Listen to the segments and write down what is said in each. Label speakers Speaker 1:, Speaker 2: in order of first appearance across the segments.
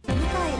Speaker 1: 蘭の調和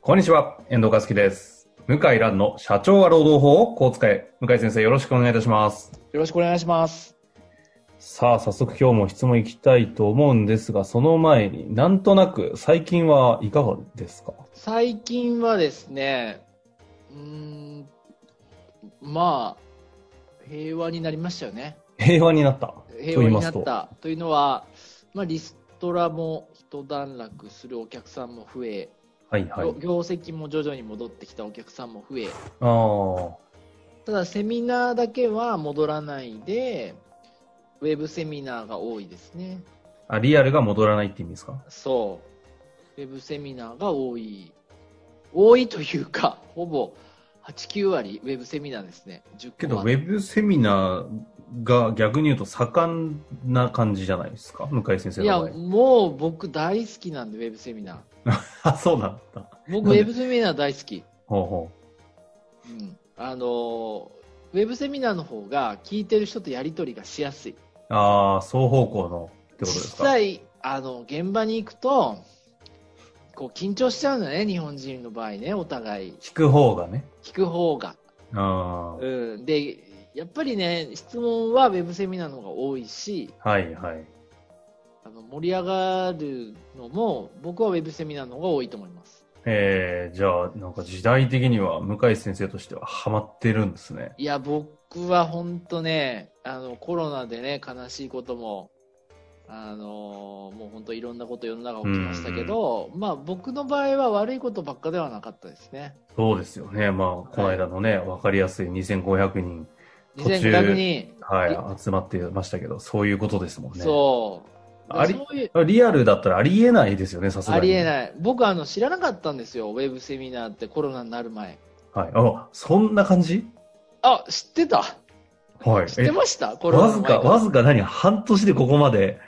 Speaker 2: こんにちは、遠藤和樹です。向井蘭の社長は労働法をこう使え。向井先生、よろしくお願いいたします。
Speaker 3: よろしくお願いします。
Speaker 2: さあ、早速今日も質問いきたいと思うんですが、その前になんとなく最近はいかがですか
Speaker 3: 最近はですね、うーん、まあ、平和になりましたよね。
Speaker 2: 平和になった。
Speaker 3: 平和になったというのは、まあ、リストラも一段落するお客さんも増え、
Speaker 2: はいはい。
Speaker 3: 業業績も徐々に戻ってきたお客さんも増え、
Speaker 2: ああ、
Speaker 3: ただセミナーだけは戻らないで、ウェブセミナーが多いですね。
Speaker 2: あ、リアルが戻らないって意味ですか
Speaker 3: そう。ウェブセミナーが多い。多いというか、 ほぼ8、9割ウェブセミナーですね。10個
Speaker 2: けど、ウ
Speaker 3: は
Speaker 2: ェブセミナーが逆に言うと盛んな感じじゃないですか向井先生
Speaker 3: いや、
Speaker 2: の場合。
Speaker 3: もう僕大好きなんで、ウェブセミナー。
Speaker 2: あ、そうなんだ。
Speaker 3: 僕、
Speaker 2: な
Speaker 3: ウ
Speaker 2: んで
Speaker 3: ェブセミナー大好き。
Speaker 2: ほうほ
Speaker 3: うん。あのー、ウェブセミナーの方が聞いてる人とやり取りがしやすい。
Speaker 2: う。ああ、双方向のってことです
Speaker 3: 実
Speaker 2: か
Speaker 3: 際、あの、現場に行くと、こう緊張しちゃうんだね、日本人の場合ね、お互い。
Speaker 2: 聞く方がね。
Speaker 3: 聞く方が。
Speaker 2: ああ、
Speaker 3: うん、でやっぱりね質問はウェブセミナーの方が多いし
Speaker 2: はいはい。
Speaker 3: あの盛り上がるのも僕はウェブセミナーの方が多いと思います
Speaker 2: えー、じゃあ、なんか時代的には向井先生としてはハマってるんですね。
Speaker 3: いや僕は本当ねあのコロナでね悲しいこともあのもう本当いろんなこと世の中起きましたけど、まあ僕の場合は悪いことばっかではなかったですね
Speaker 2: そうですよね。まあ、この間のね、わ、かりやすい2500人、途中
Speaker 3: 2500人、
Speaker 2: はい、集まってましたけど、そういうことですもんね。
Speaker 3: そう
Speaker 2: あり
Speaker 3: そういう
Speaker 2: リアルだったらありえないですよね、さすがに。
Speaker 3: ありえ
Speaker 2: い。
Speaker 3: ない僕あの知らなかったんですよウェブセミナーってコロナになる前
Speaker 2: はい。あ、そんな感じ
Speaker 3: あ知ってた
Speaker 2: はい。
Speaker 3: 知ってましたコ
Speaker 2: え
Speaker 3: ロナ
Speaker 2: わ
Speaker 3: の
Speaker 2: ず
Speaker 3: 前
Speaker 2: か、
Speaker 3: から
Speaker 2: わずか何半年でここまで、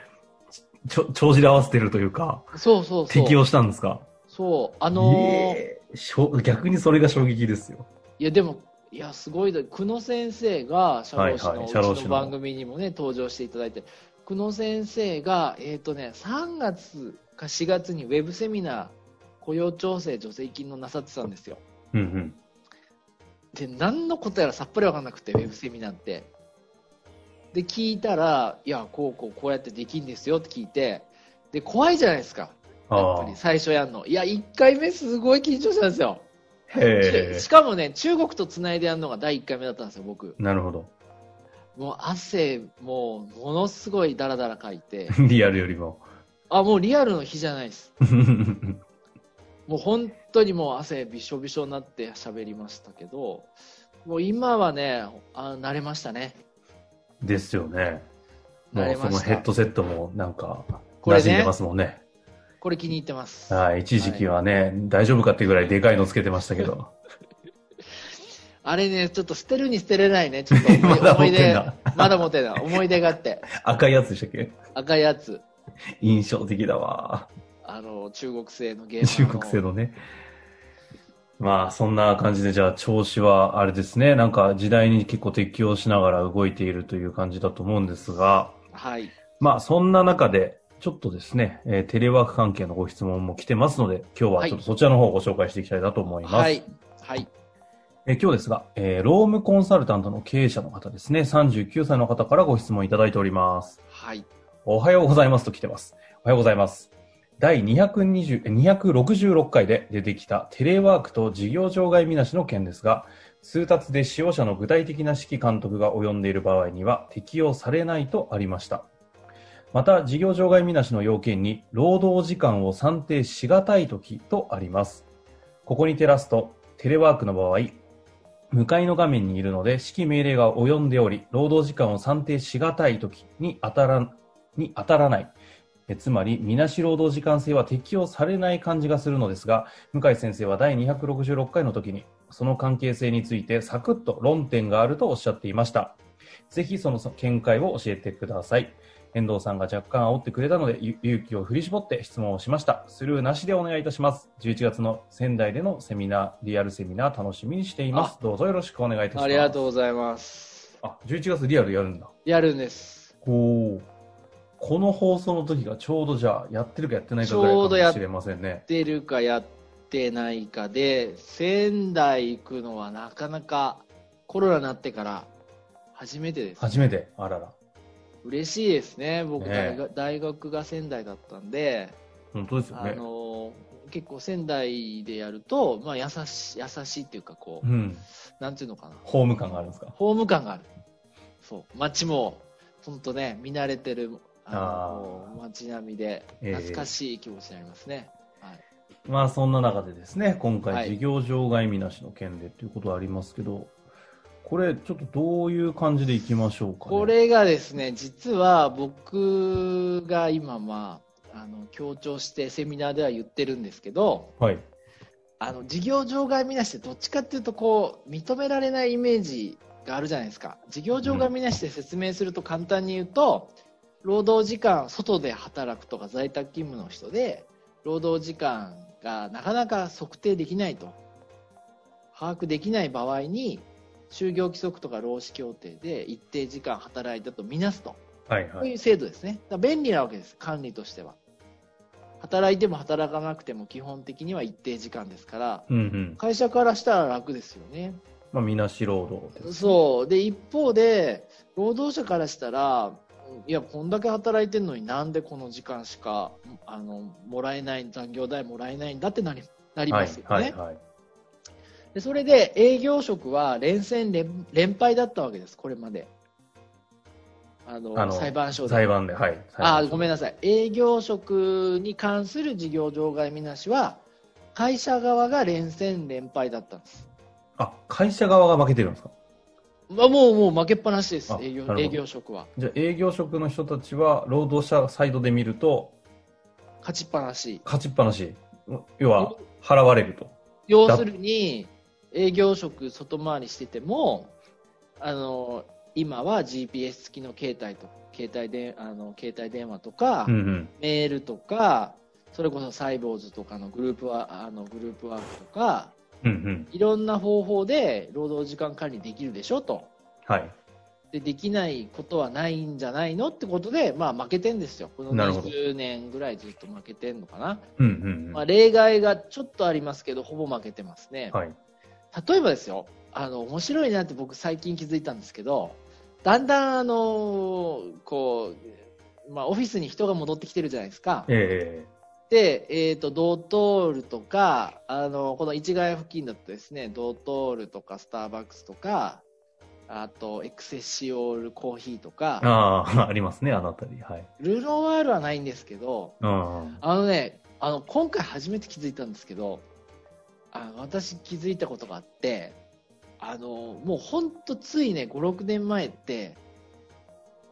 Speaker 2: ちょ、帳尻合わせてるというか、
Speaker 3: そうそうそう。
Speaker 2: 適用したんですか
Speaker 3: そう。あのー
Speaker 2: えーしょ逆にそれが衝撃ですよ。
Speaker 3: いやでも、いや、すごいだ。久野先生が、社労士
Speaker 2: はい
Speaker 3: の
Speaker 2: はいう
Speaker 3: ち
Speaker 2: 社労士の
Speaker 3: の番組にもね、登場していただいて、久野先生が、えっ、とね、3月か4月にウェブセミナー、雇用調整助成金のなさってたんですよ。
Speaker 2: うんうん。
Speaker 3: で、何のことやらさっぱりわかんなくて、ウェブセミナーって。で、聞いたら、いや、こうこうこうやってできんですよって聞いて、で、怖いじゃないですか。やっ
Speaker 2: あ
Speaker 3: ぱり最初やんの。いや、1回目すごい緊張したんですよ。
Speaker 2: あ。へえ
Speaker 3: し。かもね、中国とつないでやるのが第1回目だったんですよ、僕。
Speaker 2: なるほど。、
Speaker 3: もう汗、もう、ものすごいダラダラかいて
Speaker 2: リアルよりも。
Speaker 3: あ、もうリアルの日じゃないです。もう本当にもう汗びしょびしょになって喋りましたけど、もう今はね、あ慣れましたね。
Speaker 2: ですよね。
Speaker 3: 慣
Speaker 2: も
Speaker 3: れ
Speaker 2: うそ
Speaker 3: ま
Speaker 2: の
Speaker 3: し
Speaker 2: ヘ
Speaker 3: た
Speaker 2: ッ。ドセットもなんか、
Speaker 3: こ
Speaker 2: 馴
Speaker 3: れね
Speaker 2: 染んでますもんね。
Speaker 3: これ気に入ってます。
Speaker 2: はい。一時期はね、大丈夫かってぐらいでかいのつけてましたけど。
Speaker 3: あれね、ちょっと捨てるに捨てれないね。ちょっと思
Speaker 2: ま
Speaker 3: い
Speaker 2: だ持
Speaker 3: 思
Speaker 2: っ
Speaker 3: い
Speaker 2: てん
Speaker 3: 出
Speaker 2: だ、
Speaker 3: まだ持ってんだ。思い出があって。
Speaker 2: 赤いやつでしたっけ
Speaker 3: 赤いやつ。
Speaker 2: 印象的だわ。
Speaker 3: あの、中国製のゲーム。
Speaker 2: 中国製のね。まあ、そんな感じで、じゃあ、調子は、あれですね、なんか時代に結構適応しながら動いているという感じだと思うんですが、
Speaker 3: はい。
Speaker 2: まあ、そんな中で、ちょっとですね、えーテレワーク関係のご質問も来てますので、今日はちょっとそちらの方をご紹介していきたいなと思います。
Speaker 3: はい。はい。
Speaker 2: えー今日ですが、えーロームコンサルタントの経営者の方ですね、39歳の方からご質問いただいております。
Speaker 3: はい。
Speaker 2: おはようございますと来てます。おはようございます。第220えー266回で出てきたテレワークと事業場外見なしの件ですが、通達で使用者の具体的な指揮監督が及んでいる場合には適用されないとありました。また、事業場外見なしの要件に、労働時間を算定しがたいときとあります。ここに照らすと、テレワークの場合、向かいの画面にいるので指揮命令が及んでおり、労働時間を算定しがたいときに当たらに当たらないえつまり、みなし労働時間制は適用されない感じがするのですが、向井先生は第266回の時に、その関係性についてサクッと論点があるとおっしゃっていました。ぜひその見解を教えてください。遠藤さんが若干煽ってくれたので、ゆ勇気を振り絞って質問をしました。スルーなしでお願いいたします。11月の仙台でのセミナー、リアルセミナー楽しみにしています。どうぞよろしくお願いいたします。
Speaker 3: ありがとうございます。
Speaker 2: あ、11月リアルやるんだ。
Speaker 3: やるんです。
Speaker 2: おーこの放送の時がちょうどじゃあやってるかやってないかぐらいかもしれませんね。
Speaker 3: 出るかやってないかで、仙台行くのはなかなかコロナになってから初めてです。
Speaker 2: 初めて。あらら。
Speaker 3: 嬉しいですね。僕
Speaker 2: ね
Speaker 3: 大学、大学が仙台だったんで、
Speaker 2: 本当ですよ
Speaker 3: あ
Speaker 2: ね。
Speaker 3: の結構仙台でやると、まあ、優し優しいっていうかこう、
Speaker 2: うん。
Speaker 3: なんていうのかな
Speaker 2: ホーム感があるんですか。
Speaker 3: ホーム感があるそう街も本当ね見慣れてるあ
Speaker 2: あー
Speaker 3: のこう街並みで
Speaker 2: ええ
Speaker 3: 懐かしい気持ちになりますね、
Speaker 2: まあそんな中でですね、今
Speaker 3: は
Speaker 2: 回
Speaker 3: い
Speaker 2: 事業場外見なしの件でということはありますけど、これちょっとどういう感じでいきましょうかね。
Speaker 3: これがですね実は僕が今まああの強調してセミナーでは言ってるんですけど
Speaker 2: はい。
Speaker 3: あの事業場外みなしってどっちかっていうとこう認められないイメージがあるじゃないですか事業場外みなしで説明すると簡単に言うと、労働時間外で働くとか在宅勤務の人で労働時間がなかなか測定できないと把握できない場合に就業規則とか労使協定で一定時間働いたとみなすと
Speaker 2: はい
Speaker 3: こ
Speaker 2: は
Speaker 3: うい
Speaker 2: い。
Speaker 3: う制度ですね。だから便利なわけです、管理としては。働いても働かなくても基本的には一定時間ですから、
Speaker 2: うんうん。
Speaker 3: 会社からしたら楽ですよね。
Speaker 2: まあみなし労働です。
Speaker 3: そう。で、一方で、労働者からしたら、いや、こんだけ働いてるのになんでこの時間しか、あの、もらえない、残業代もらえないんだってなりなりますよね。
Speaker 2: はいはいはい。
Speaker 3: でそれで営業職は連戦連連敗だったわけです、これまで。あの、
Speaker 2: あの
Speaker 3: 裁判所で。
Speaker 2: 裁判で、はい。
Speaker 3: あーごめん
Speaker 2: ん。
Speaker 3: なさい営業職に関する事業場外みなしは会社側が連戦連敗だったんです、
Speaker 2: あ、会社側が負けてるんですか
Speaker 3: まあ、もうもう負けっぱなしです
Speaker 2: あ
Speaker 3: 営
Speaker 2: なるほ
Speaker 3: 業
Speaker 2: ど
Speaker 3: 営業職は
Speaker 2: じゃあ営業職の人たちは労働者サイドで見ると
Speaker 3: 勝ちっぱなし
Speaker 2: 勝ちっぱなし要は払われると
Speaker 3: 要するに営業職外回りしててもあの今は GPS 付きの携帯と携帯であの携帯電話とか、
Speaker 2: うんうん
Speaker 3: メールとかそれこそサイボーズとかのグループワあのグループワークとか
Speaker 2: うんうん
Speaker 3: いろんな方法で労働時間管理できるでしょと。
Speaker 2: はい
Speaker 3: でできないことはないんじゃないのってことで、まあ、負けてんですよ、この
Speaker 2: なるほど
Speaker 3: 20年ぐらいずっと負けてんのかな、
Speaker 2: うんうんうん
Speaker 3: まあ、例外がちょっとありますけど、ほぼ負けてますね、
Speaker 2: はい
Speaker 3: 例えばですよあの、面白いなって僕、最近気づいたんですけど、だんだん、あのーこうまあ、オフィスに人が戻ってきてるじゃないですか、
Speaker 2: え
Speaker 3: で、えー、とドトールとかあのこの市ヶ谷付近だとですねドトールとかスターバックスとかあとエクセシオールコーヒーと
Speaker 2: え
Speaker 3: か
Speaker 2: ああ ありますねあの辺りはい
Speaker 3: ルノワールはないんですけど
Speaker 2: うん
Speaker 3: あのねあの今回初めて気づいたんですけどあの私気づいたことがあってあのもうほんとついね56年前って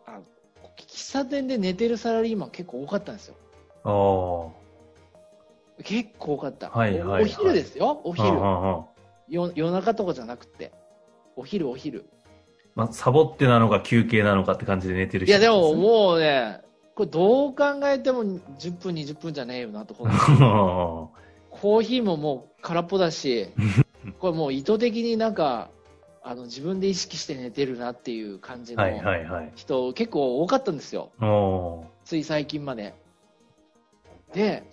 Speaker 3: あの喫茶店で寝てるサラリーマン結構多かったんですよ
Speaker 2: ああ
Speaker 3: 結構多かった、
Speaker 2: はいはいはい
Speaker 3: おお昼ですよお昼、
Speaker 2: あ
Speaker 3: よ夜中とかじゃなくてお昼お昼
Speaker 2: まあサボってなのか休憩なのかって感じで寝てる
Speaker 3: い
Speaker 2: 人
Speaker 3: やでも
Speaker 2: すね
Speaker 3: もうねこれどう考えても10分20分じゃねえよなとコーヒーももう空っぽ だしこれもう意図的になんかあの自分で意識して寝てるなっていう感じの
Speaker 2: はいはいはい
Speaker 3: 人結構多かったんですよ
Speaker 2: おお
Speaker 3: つい最近までで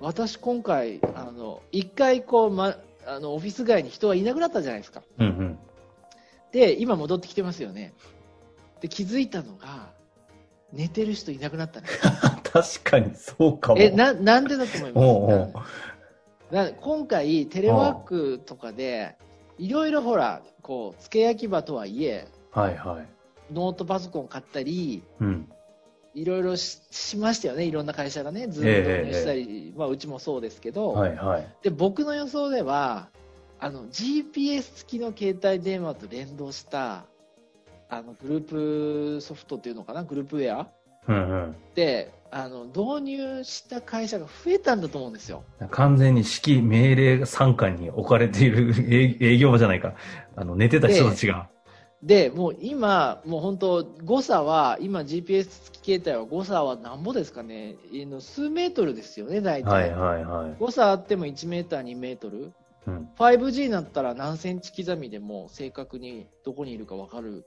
Speaker 3: 私今回あの一回こう、ま、あのオフィス街に人がいなくなったじゃないですか
Speaker 2: ーうん うん
Speaker 3: で今戻ってきてますよねで気づいたのが寝てる人いなくなったね
Speaker 2: 確かにそうかも
Speaker 3: えななんでだと思います
Speaker 2: おうおう
Speaker 3: なな今回テレワークとかでいろいろほらこう付け焼き場とはいえ
Speaker 2: はいはい
Speaker 3: ノートパソコン買ったり
Speaker 2: うん
Speaker 3: いろいろししましたよねいろんな会社がねズーム導入したり、まあ、うちもそうですけど、
Speaker 2: はいはい
Speaker 3: で僕の予想ではあの GPS 付きの携帯電話と連動したあのグループソフトっていうのかなグループウェア
Speaker 2: うんうん
Speaker 3: であの導入した会社が増えたんだと思うんですよ。
Speaker 2: 完全に指揮命令参加に置かれている 営営業じゃないか。あの、寝てた人たちが。
Speaker 3: で、もう今、もう本当、誤差は、今 GPS 付き携帯は誤差はなんぼですかね、えーの数メートルですよね、大体。
Speaker 2: はいはいはい。
Speaker 3: 誤差あっても1メーター、2メートル。
Speaker 2: うん。
Speaker 3: 5G になったら何センチ刻みでも正確にどこにいるかわかる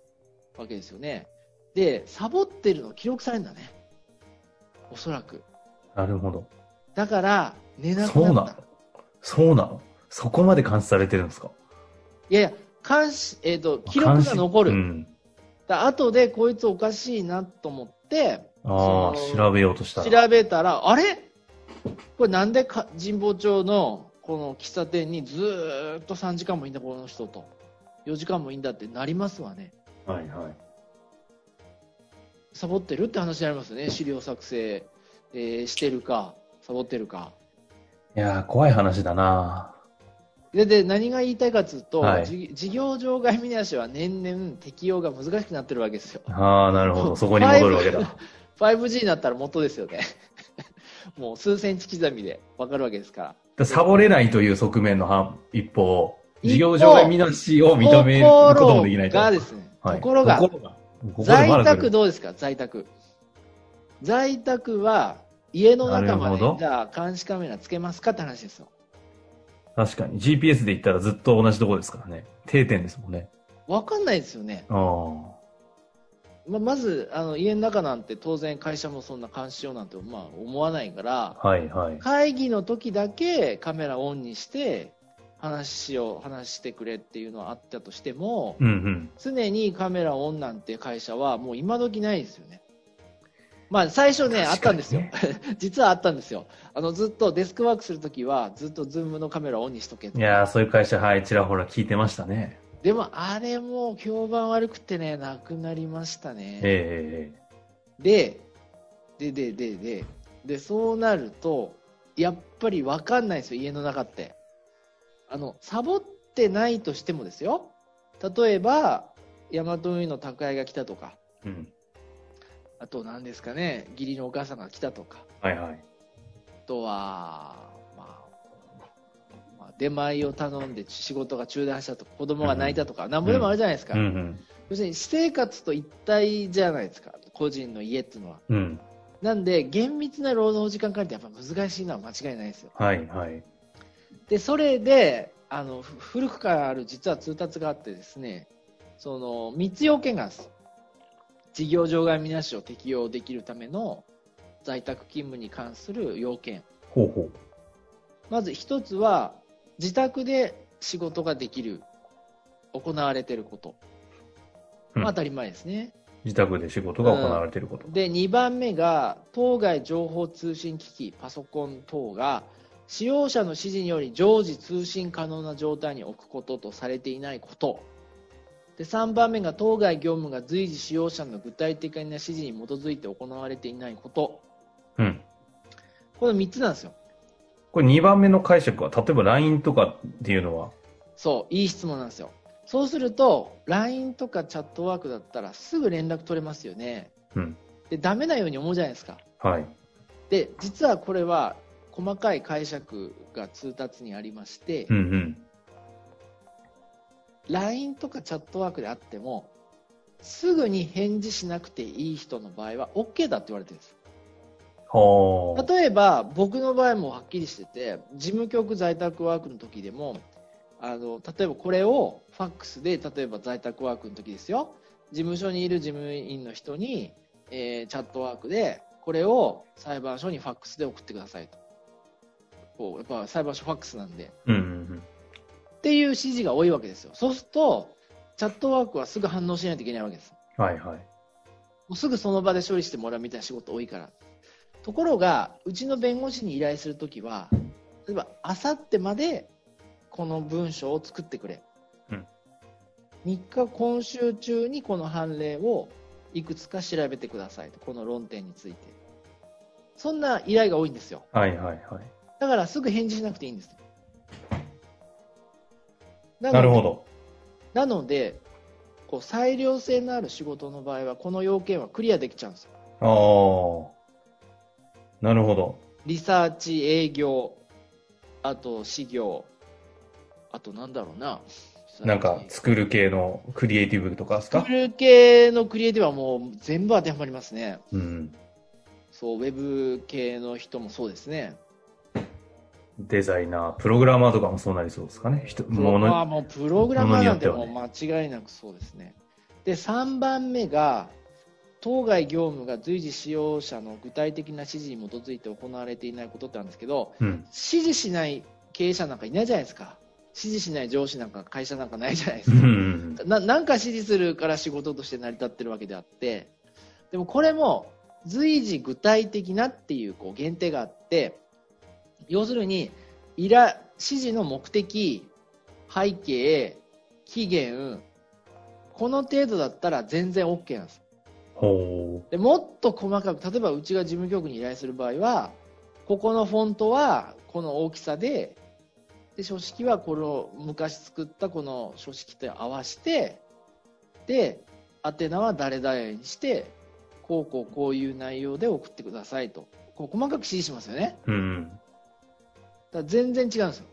Speaker 3: わけですよね。で、サボってるの記録されるんだね。おそらく。
Speaker 2: なるほど。
Speaker 3: だから、寝なく
Speaker 2: そうな
Speaker 3: な
Speaker 2: の
Speaker 3: った。
Speaker 2: そうなのそこまで監視されてるんですか
Speaker 3: いやいや、監視、えっ、と、記録が残る。
Speaker 2: 監視うん。
Speaker 3: だ後でこいつおかしいなと思って、
Speaker 2: ああ、
Speaker 3: その
Speaker 2: 調べようとしたら。
Speaker 3: 調べたら、あれこれなんでか神保町のこの喫茶店にずーっと3時間もいんだこの人と。4時間もいんだってなりますわね。
Speaker 2: はいはい。
Speaker 3: サボってるって話になりますよね。資料作成、えーしてるか、サボってるか。
Speaker 2: いやー、怖い話だな
Speaker 3: で、で、何が言いたいかというと、
Speaker 2: はい
Speaker 3: じ事業場外見出しは年々適用が難しくなってるわけですよ。
Speaker 2: ああ、なるほど。そこに戻るわ けだ。
Speaker 3: 5G になったら元ですよね。 もう数センチ刻みで分かるわけですから。
Speaker 2: だサボれないという側面の反一方、事業場外見なしを認める
Speaker 3: と
Speaker 2: こと
Speaker 3: こ
Speaker 2: もできな
Speaker 3: ろ
Speaker 2: いと。
Speaker 3: がですね、
Speaker 2: はい
Speaker 3: ところが、
Speaker 2: ところがここでま
Speaker 3: 在
Speaker 2: だ来
Speaker 3: 宅
Speaker 2: る
Speaker 3: どうですか、在宅。在宅は家の中ま
Speaker 2: なるほ
Speaker 3: で
Speaker 2: ど
Speaker 3: じゃあ監視カメラつけますかって話ですよ。
Speaker 2: 確かに。GPS で言ったらずっと同じとこですからね。定点ですもんね。
Speaker 3: わかんないですよね。
Speaker 2: ああ。
Speaker 3: ままずあの家の中なんて当然会社もそんな監視用なんて、まあ、思わないから
Speaker 2: はいはい。
Speaker 3: 会議の時だけカメラオンにして話を話してくれっていうのはあったとしても
Speaker 2: うんうん。
Speaker 3: 常にカメラオンなんて会社はもう今時ないですよね。まあ最初ね、あっ
Speaker 2: 確
Speaker 3: た
Speaker 2: か
Speaker 3: ん
Speaker 2: に
Speaker 3: ですよ
Speaker 2: ね。
Speaker 3: 実はあったんですよ。あのずっとデスクワークするときはずっとズームのカメラオンにしとけと
Speaker 2: いやー、そういう会社、はい、ちらほら聞いてましたね。
Speaker 3: でもあれも評判悪くてね、なくなりましたね。
Speaker 2: ええ
Speaker 3: で、で、で、で、で、で、そうなると、やっぱりわかんないですよ、家の中って。あの、サボってないとしてもですよ。例えば、ヤマト運輸の宅配が来たとか、
Speaker 2: えええうん。
Speaker 3: あと何ですかね、義理のお母さんが来たとか、
Speaker 2: はいはい。
Speaker 3: あとは、まあ、まあ、出前を頼んで仕事が中断したとか、子供が泣いたとか、なんぼでもあるじゃないですか。
Speaker 2: うんうん。
Speaker 3: 要するに私生活と一体じゃないですか、個人の家っていうのは。
Speaker 2: うん。
Speaker 3: なんで、厳密な労働時間管理ってやっぱ難しいのは間違いないですよ。
Speaker 2: はいはい。
Speaker 3: で、それで、あの、ふ古くからある実は通達があってですね、その、3つ要件があるんです。事業場外みなしを適用できるための在宅勤務に関する要件。
Speaker 2: ほうほう。
Speaker 3: まず一つは、自宅で仕事ができる、行われていること。
Speaker 2: うん
Speaker 3: まあ当たり前ですね。
Speaker 2: 自宅で仕事が行われていること。
Speaker 3: で、2番目が、当該情報通信機器、パソコン等が、使用者の指示により常時通信可能な状態に置くこととされていないこと。で、3番目が、当該業務が随時使用者の具体的な指示に基づいて行われていないこと。
Speaker 2: うん。
Speaker 3: この3つなんですよ。
Speaker 2: これ2番目の解釈は、例えば LINE とかっていうのは、
Speaker 3: そう、いい質問なんですよ。そうすると、LINE とかチャットワークだったらすぐ連絡取れますよね。
Speaker 2: うん
Speaker 3: で、ダメなように思うじゃないですか。
Speaker 2: はい。
Speaker 3: で、実はこれは細かい解釈が通達にありまして、
Speaker 2: うんうん。
Speaker 3: LINE とかチャットワークであっても、すぐに返事しなくていい人の場合は OK だって言われてるんです。
Speaker 2: はあ。
Speaker 3: 例えば、僕の場合もはっきりしてて、事務局在宅ワークの時でも、あの、例えばこれをファックスで、例えば在宅ワークの時ですよ。事務所にいる事務員の人に、えーチャットワークで、これを裁判所にファックスで送ってくださいと。こう、やっぱ裁判所ファックスなんで。
Speaker 2: うんうん
Speaker 3: っていう指示が多いわけですよ。そうすると、チャットワークはすぐ反応しないといけないわけです。
Speaker 2: うん。はいはい。
Speaker 3: もうすぐその場で処理してもらうみたいな仕事多いから。ところが、うちの弁護士に依頼するときは、例えば、あさってまでこの文章を作ってくれ。
Speaker 2: うん
Speaker 3: 3日、今週中にこの判例をいくつか調べてくださいと。この論点について。そんな依頼が多いんですよ。
Speaker 2: はいはいはい。
Speaker 3: だからすぐ返事しなくていいんです。な
Speaker 2: なる
Speaker 3: ど
Speaker 2: ほど。
Speaker 3: なので、こう裁量性のある仕事の場合は、この要件はクリアできちゃうんですよ。
Speaker 2: あなるほど。
Speaker 3: リサーチ、営業、あと、事業、あと、なんだろうな。
Speaker 2: なんか、作る系のクリエイティブとかですか
Speaker 3: 作る系のクリエイティブはもう全部当てはまりますね。
Speaker 2: うん。
Speaker 3: そう、ウェブ系の人もそうですね。
Speaker 2: デザイナー、プログラマーとかもそうなりそうですかね。人
Speaker 3: プロ
Speaker 2: も
Speaker 3: ま
Speaker 2: の
Speaker 3: あもうプログラマーなんて
Speaker 2: も
Speaker 3: も
Speaker 2: の
Speaker 3: う
Speaker 2: に
Speaker 3: 間違いなくそうですね。で、3番目が、当該業務が随時使用者の具体的な指示に基づいて行われていないことってあるんですけど、
Speaker 2: うん。
Speaker 3: 指示しない経営者なんかいないじゃないですか。指示しない上司なんか会社なんかないじゃないで
Speaker 2: う
Speaker 3: す
Speaker 2: んう
Speaker 3: か。
Speaker 2: ん
Speaker 3: ななんか指示するから仕事として成り立ってるわけであってでもこれも随時具体的なっていうこう限定があって要するにいら指示の目的背景期限この程度だったら全然 OK なんです
Speaker 2: ほ
Speaker 3: でもっと細かく例えばうちが事務局に依頼する場合はここのフォントはこの大きさでで書式はこの昔作ったこの書式と合わせてで宛名は誰々にしてこうこうこういう内容で送ってくださいとこう細かく指示しますよね
Speaker 2: う。うん。
Speaker 3: だから全然違うんですよ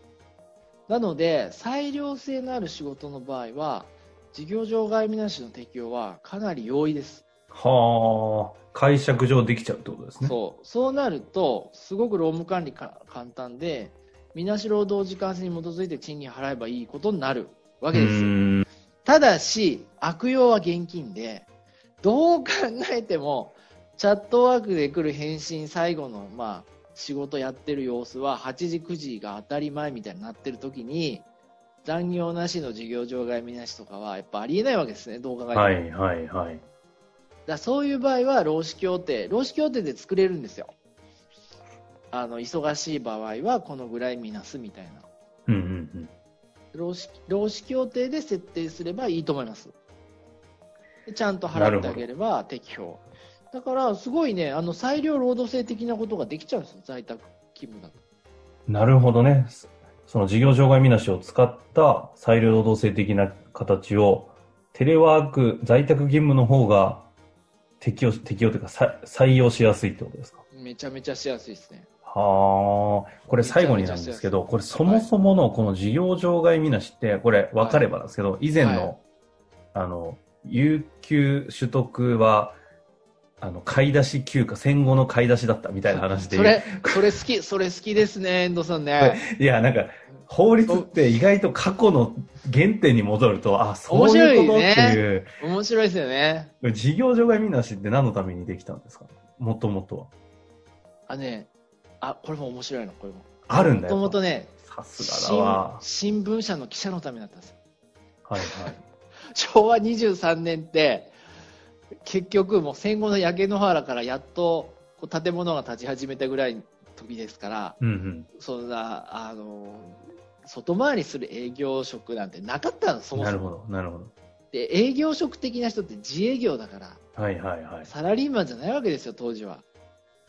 Speaker 3: なので裁量性のある仕事の場合は事業場外見なしの適用はかなり容易です
Speaker 2: はあ。解釈上できちゃうってことですね。
Speaker 3: そうそうなるとすごく労務管理か簡単でみなし労働時間制に基づいて賃金払えばいいことになるわけ
Speaker 2: う
Speaker 3: ですよ
Speaker 2: ん。
Speaker 3: ただし悪用は現金でどう考えてもチャットワークで来る返信最後の、まあ、仕事やってる様子は8時9時が当たり前みたいになってる時に残業なしの事業場外見なしとかはやっぱありえないわけですねどう考えても、
Speaker 2: は
Speaker 3: だか
Speaker 2: いはいはい。
Speaker 3: らそういう場合は労使協定労使協定で作れるんですよあの忙しい場合はこのぐらい見なすみたいな
Speaker 2: うんうんうん。
Speaker 3: 労使労使協定で設定すればいいと思います。でちゃんと払ってあげれば適用。だから、すごいね、あの裁量労働制的なことができちゃうんですよ、在宅勤務だと。
Speaker 2: なるほどね。そその事業場外みなしを使った裁量労働制的な形を、テレワーク、在宅勤務の方が適用、適用というかさ採用しやすいってことですか
Speaker 3: めちゃめちゃしやすいですね。
Speaker 2: はあ、これ最後になんですけど、これそもそものこの事業場外みなしって、これ分かればなんですけど、以前の、
Speaker 3: はい
Speaker 2: あの、有給取得は、あの、買い出し休暇、戦後の買い出しだったみたいな話で、
Speaker 3: それ、それ好き、それ好きですね、遠藤さんね。
Speaker 2: いや、なんか、法律って意外と過去の原点に戻ると、あ、そう
Speaker 3: 面白
Speaker 2: いう
Speaker 3: い
Speaker 2: ことっ
Speaker 3: ね
Speaker 2: ていう、
Speaker 3: 面白いですよね。
Speaker 2: 事業場外みなしって何のためにできたんですかもともとは。
Speaker 3: あ、ね、あ、これも面白いの、これも。
Speaker 2: あるん
Speaker 3: も
Speaker 2: だ
Speaker 3: と
Speaker 2: よ。
Speaker 3: もとね、
Speaker 2: さすがだ
Speaker 3: 新
Speaker 2: わ。
Speaker 3: 新聞社の記者のためだったんですよ。
Speaker 2: はいはい。
Speaker 3: 昭和23年って結局もう戦後の焼け野原からやっとこう建物が建ち始めたぐらいの時ですから
Speaker 2: うんうん。
Speaker 3: そんなあの外回りする営業職なんてなかったのそも
Speaker 2: な
Speaker 3: そ
Speaker 2: る
Speaker 3: も
Speaker 2: ほど、なるほど。
Speaker 3: で営業職的な人って自営業だから
Speaker 2: はいはいはい。
Speaker 3: サラリーマンじゃないわけですよ当時は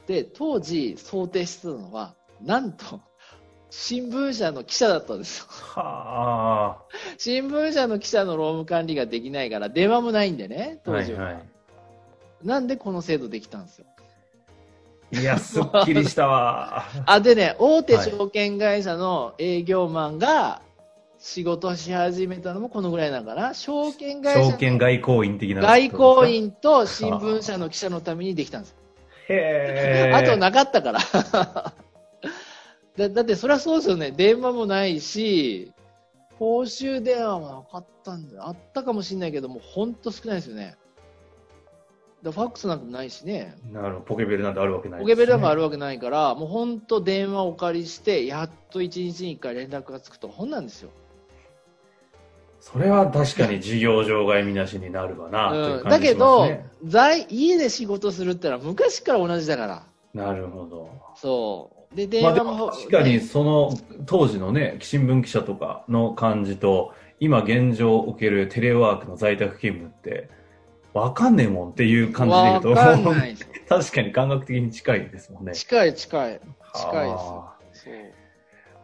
Speaker 3: で当時想定してたのはなんと新聞社の記者だったんですよ
Speaker 2: は
Speaker 3: 新聞社の記者の労務管理ができないから電話もないんでね
Speaker 2: あ。
Speaker 3: 当
Speaker 2: はい
Speaker 3: 時は、
Speaker 2: は
Speaker 3: なんでこの制度できたんですよ。
Speaker 2: い。いや、すっきりした わ。
Speaker 3: あ、でね、大手証券会社の営業マンが仕事し始めたのもこのぐらいなのかな。証券会
Speaker 2: 証
Speaker 3: 社
Speaker 2: 券
Speaker 3: の
Speaker 2: 外交員的な。
Speaker 3: 外交。員と新聞社の記者のためにできたんです。
Speaker 2: へえ。
Speaker 3: あとなかったから。 だだってそりゃそうですよね。電話もないし、公衆電話もなかったんだあったかもしれないけども、ほんと少ないですよね。だファックスなんかもないしね。
Speaker 2: なるほど。ポケベルなんてあるわけない
Speaker 3: ポ
Speaker 2: ですね。
Speaker 3: ケベルなんかあるわけないから、もう本当電話をお借りして、やっと1日に1回連絡がつくと本なんですよ。
Speaker 2: それは確かに事業場外みなしになるわな、という
Speaker 3: うん、だ
Speaker 2: 感じ
Speaker 3: け
Speaker 2: します
Speaker 3: ど
Speaker 2: ね。、
Speaker 3: 在家で仕事するってのは昔から同じだから。
Speaker 2: なるほど。
Speaker 3: そう。で、電
Speaker 2: まあ
Speaker 3: 話
Speaker 2: で
Speaker 3: も、
Speaker 2: も確かに
Speaker 3: ね
Speaker 2: その当時のね、新聞記者とかの感じと、今現状おけるテレワークの在宅勤務って、わかんねえもんっていう感じで言うと、
Speaker 3: わかんないですよ
Speaker 2: 確かに感覚的に近いですもんね。
Speaker 3: 近い近い。近いで
Speaker 2: あ
Speaker 3: す。そう。
Speaker 2: ー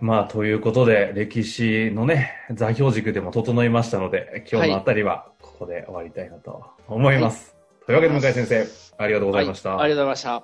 Speaker 2: まあ、ということで、歴史のね、座標軸でも整いましたので、今日のあたりはここで終わりたいなと思います。というわけで、向井先生、ありがとうございました。
Speaker 3: はいありがとうございました。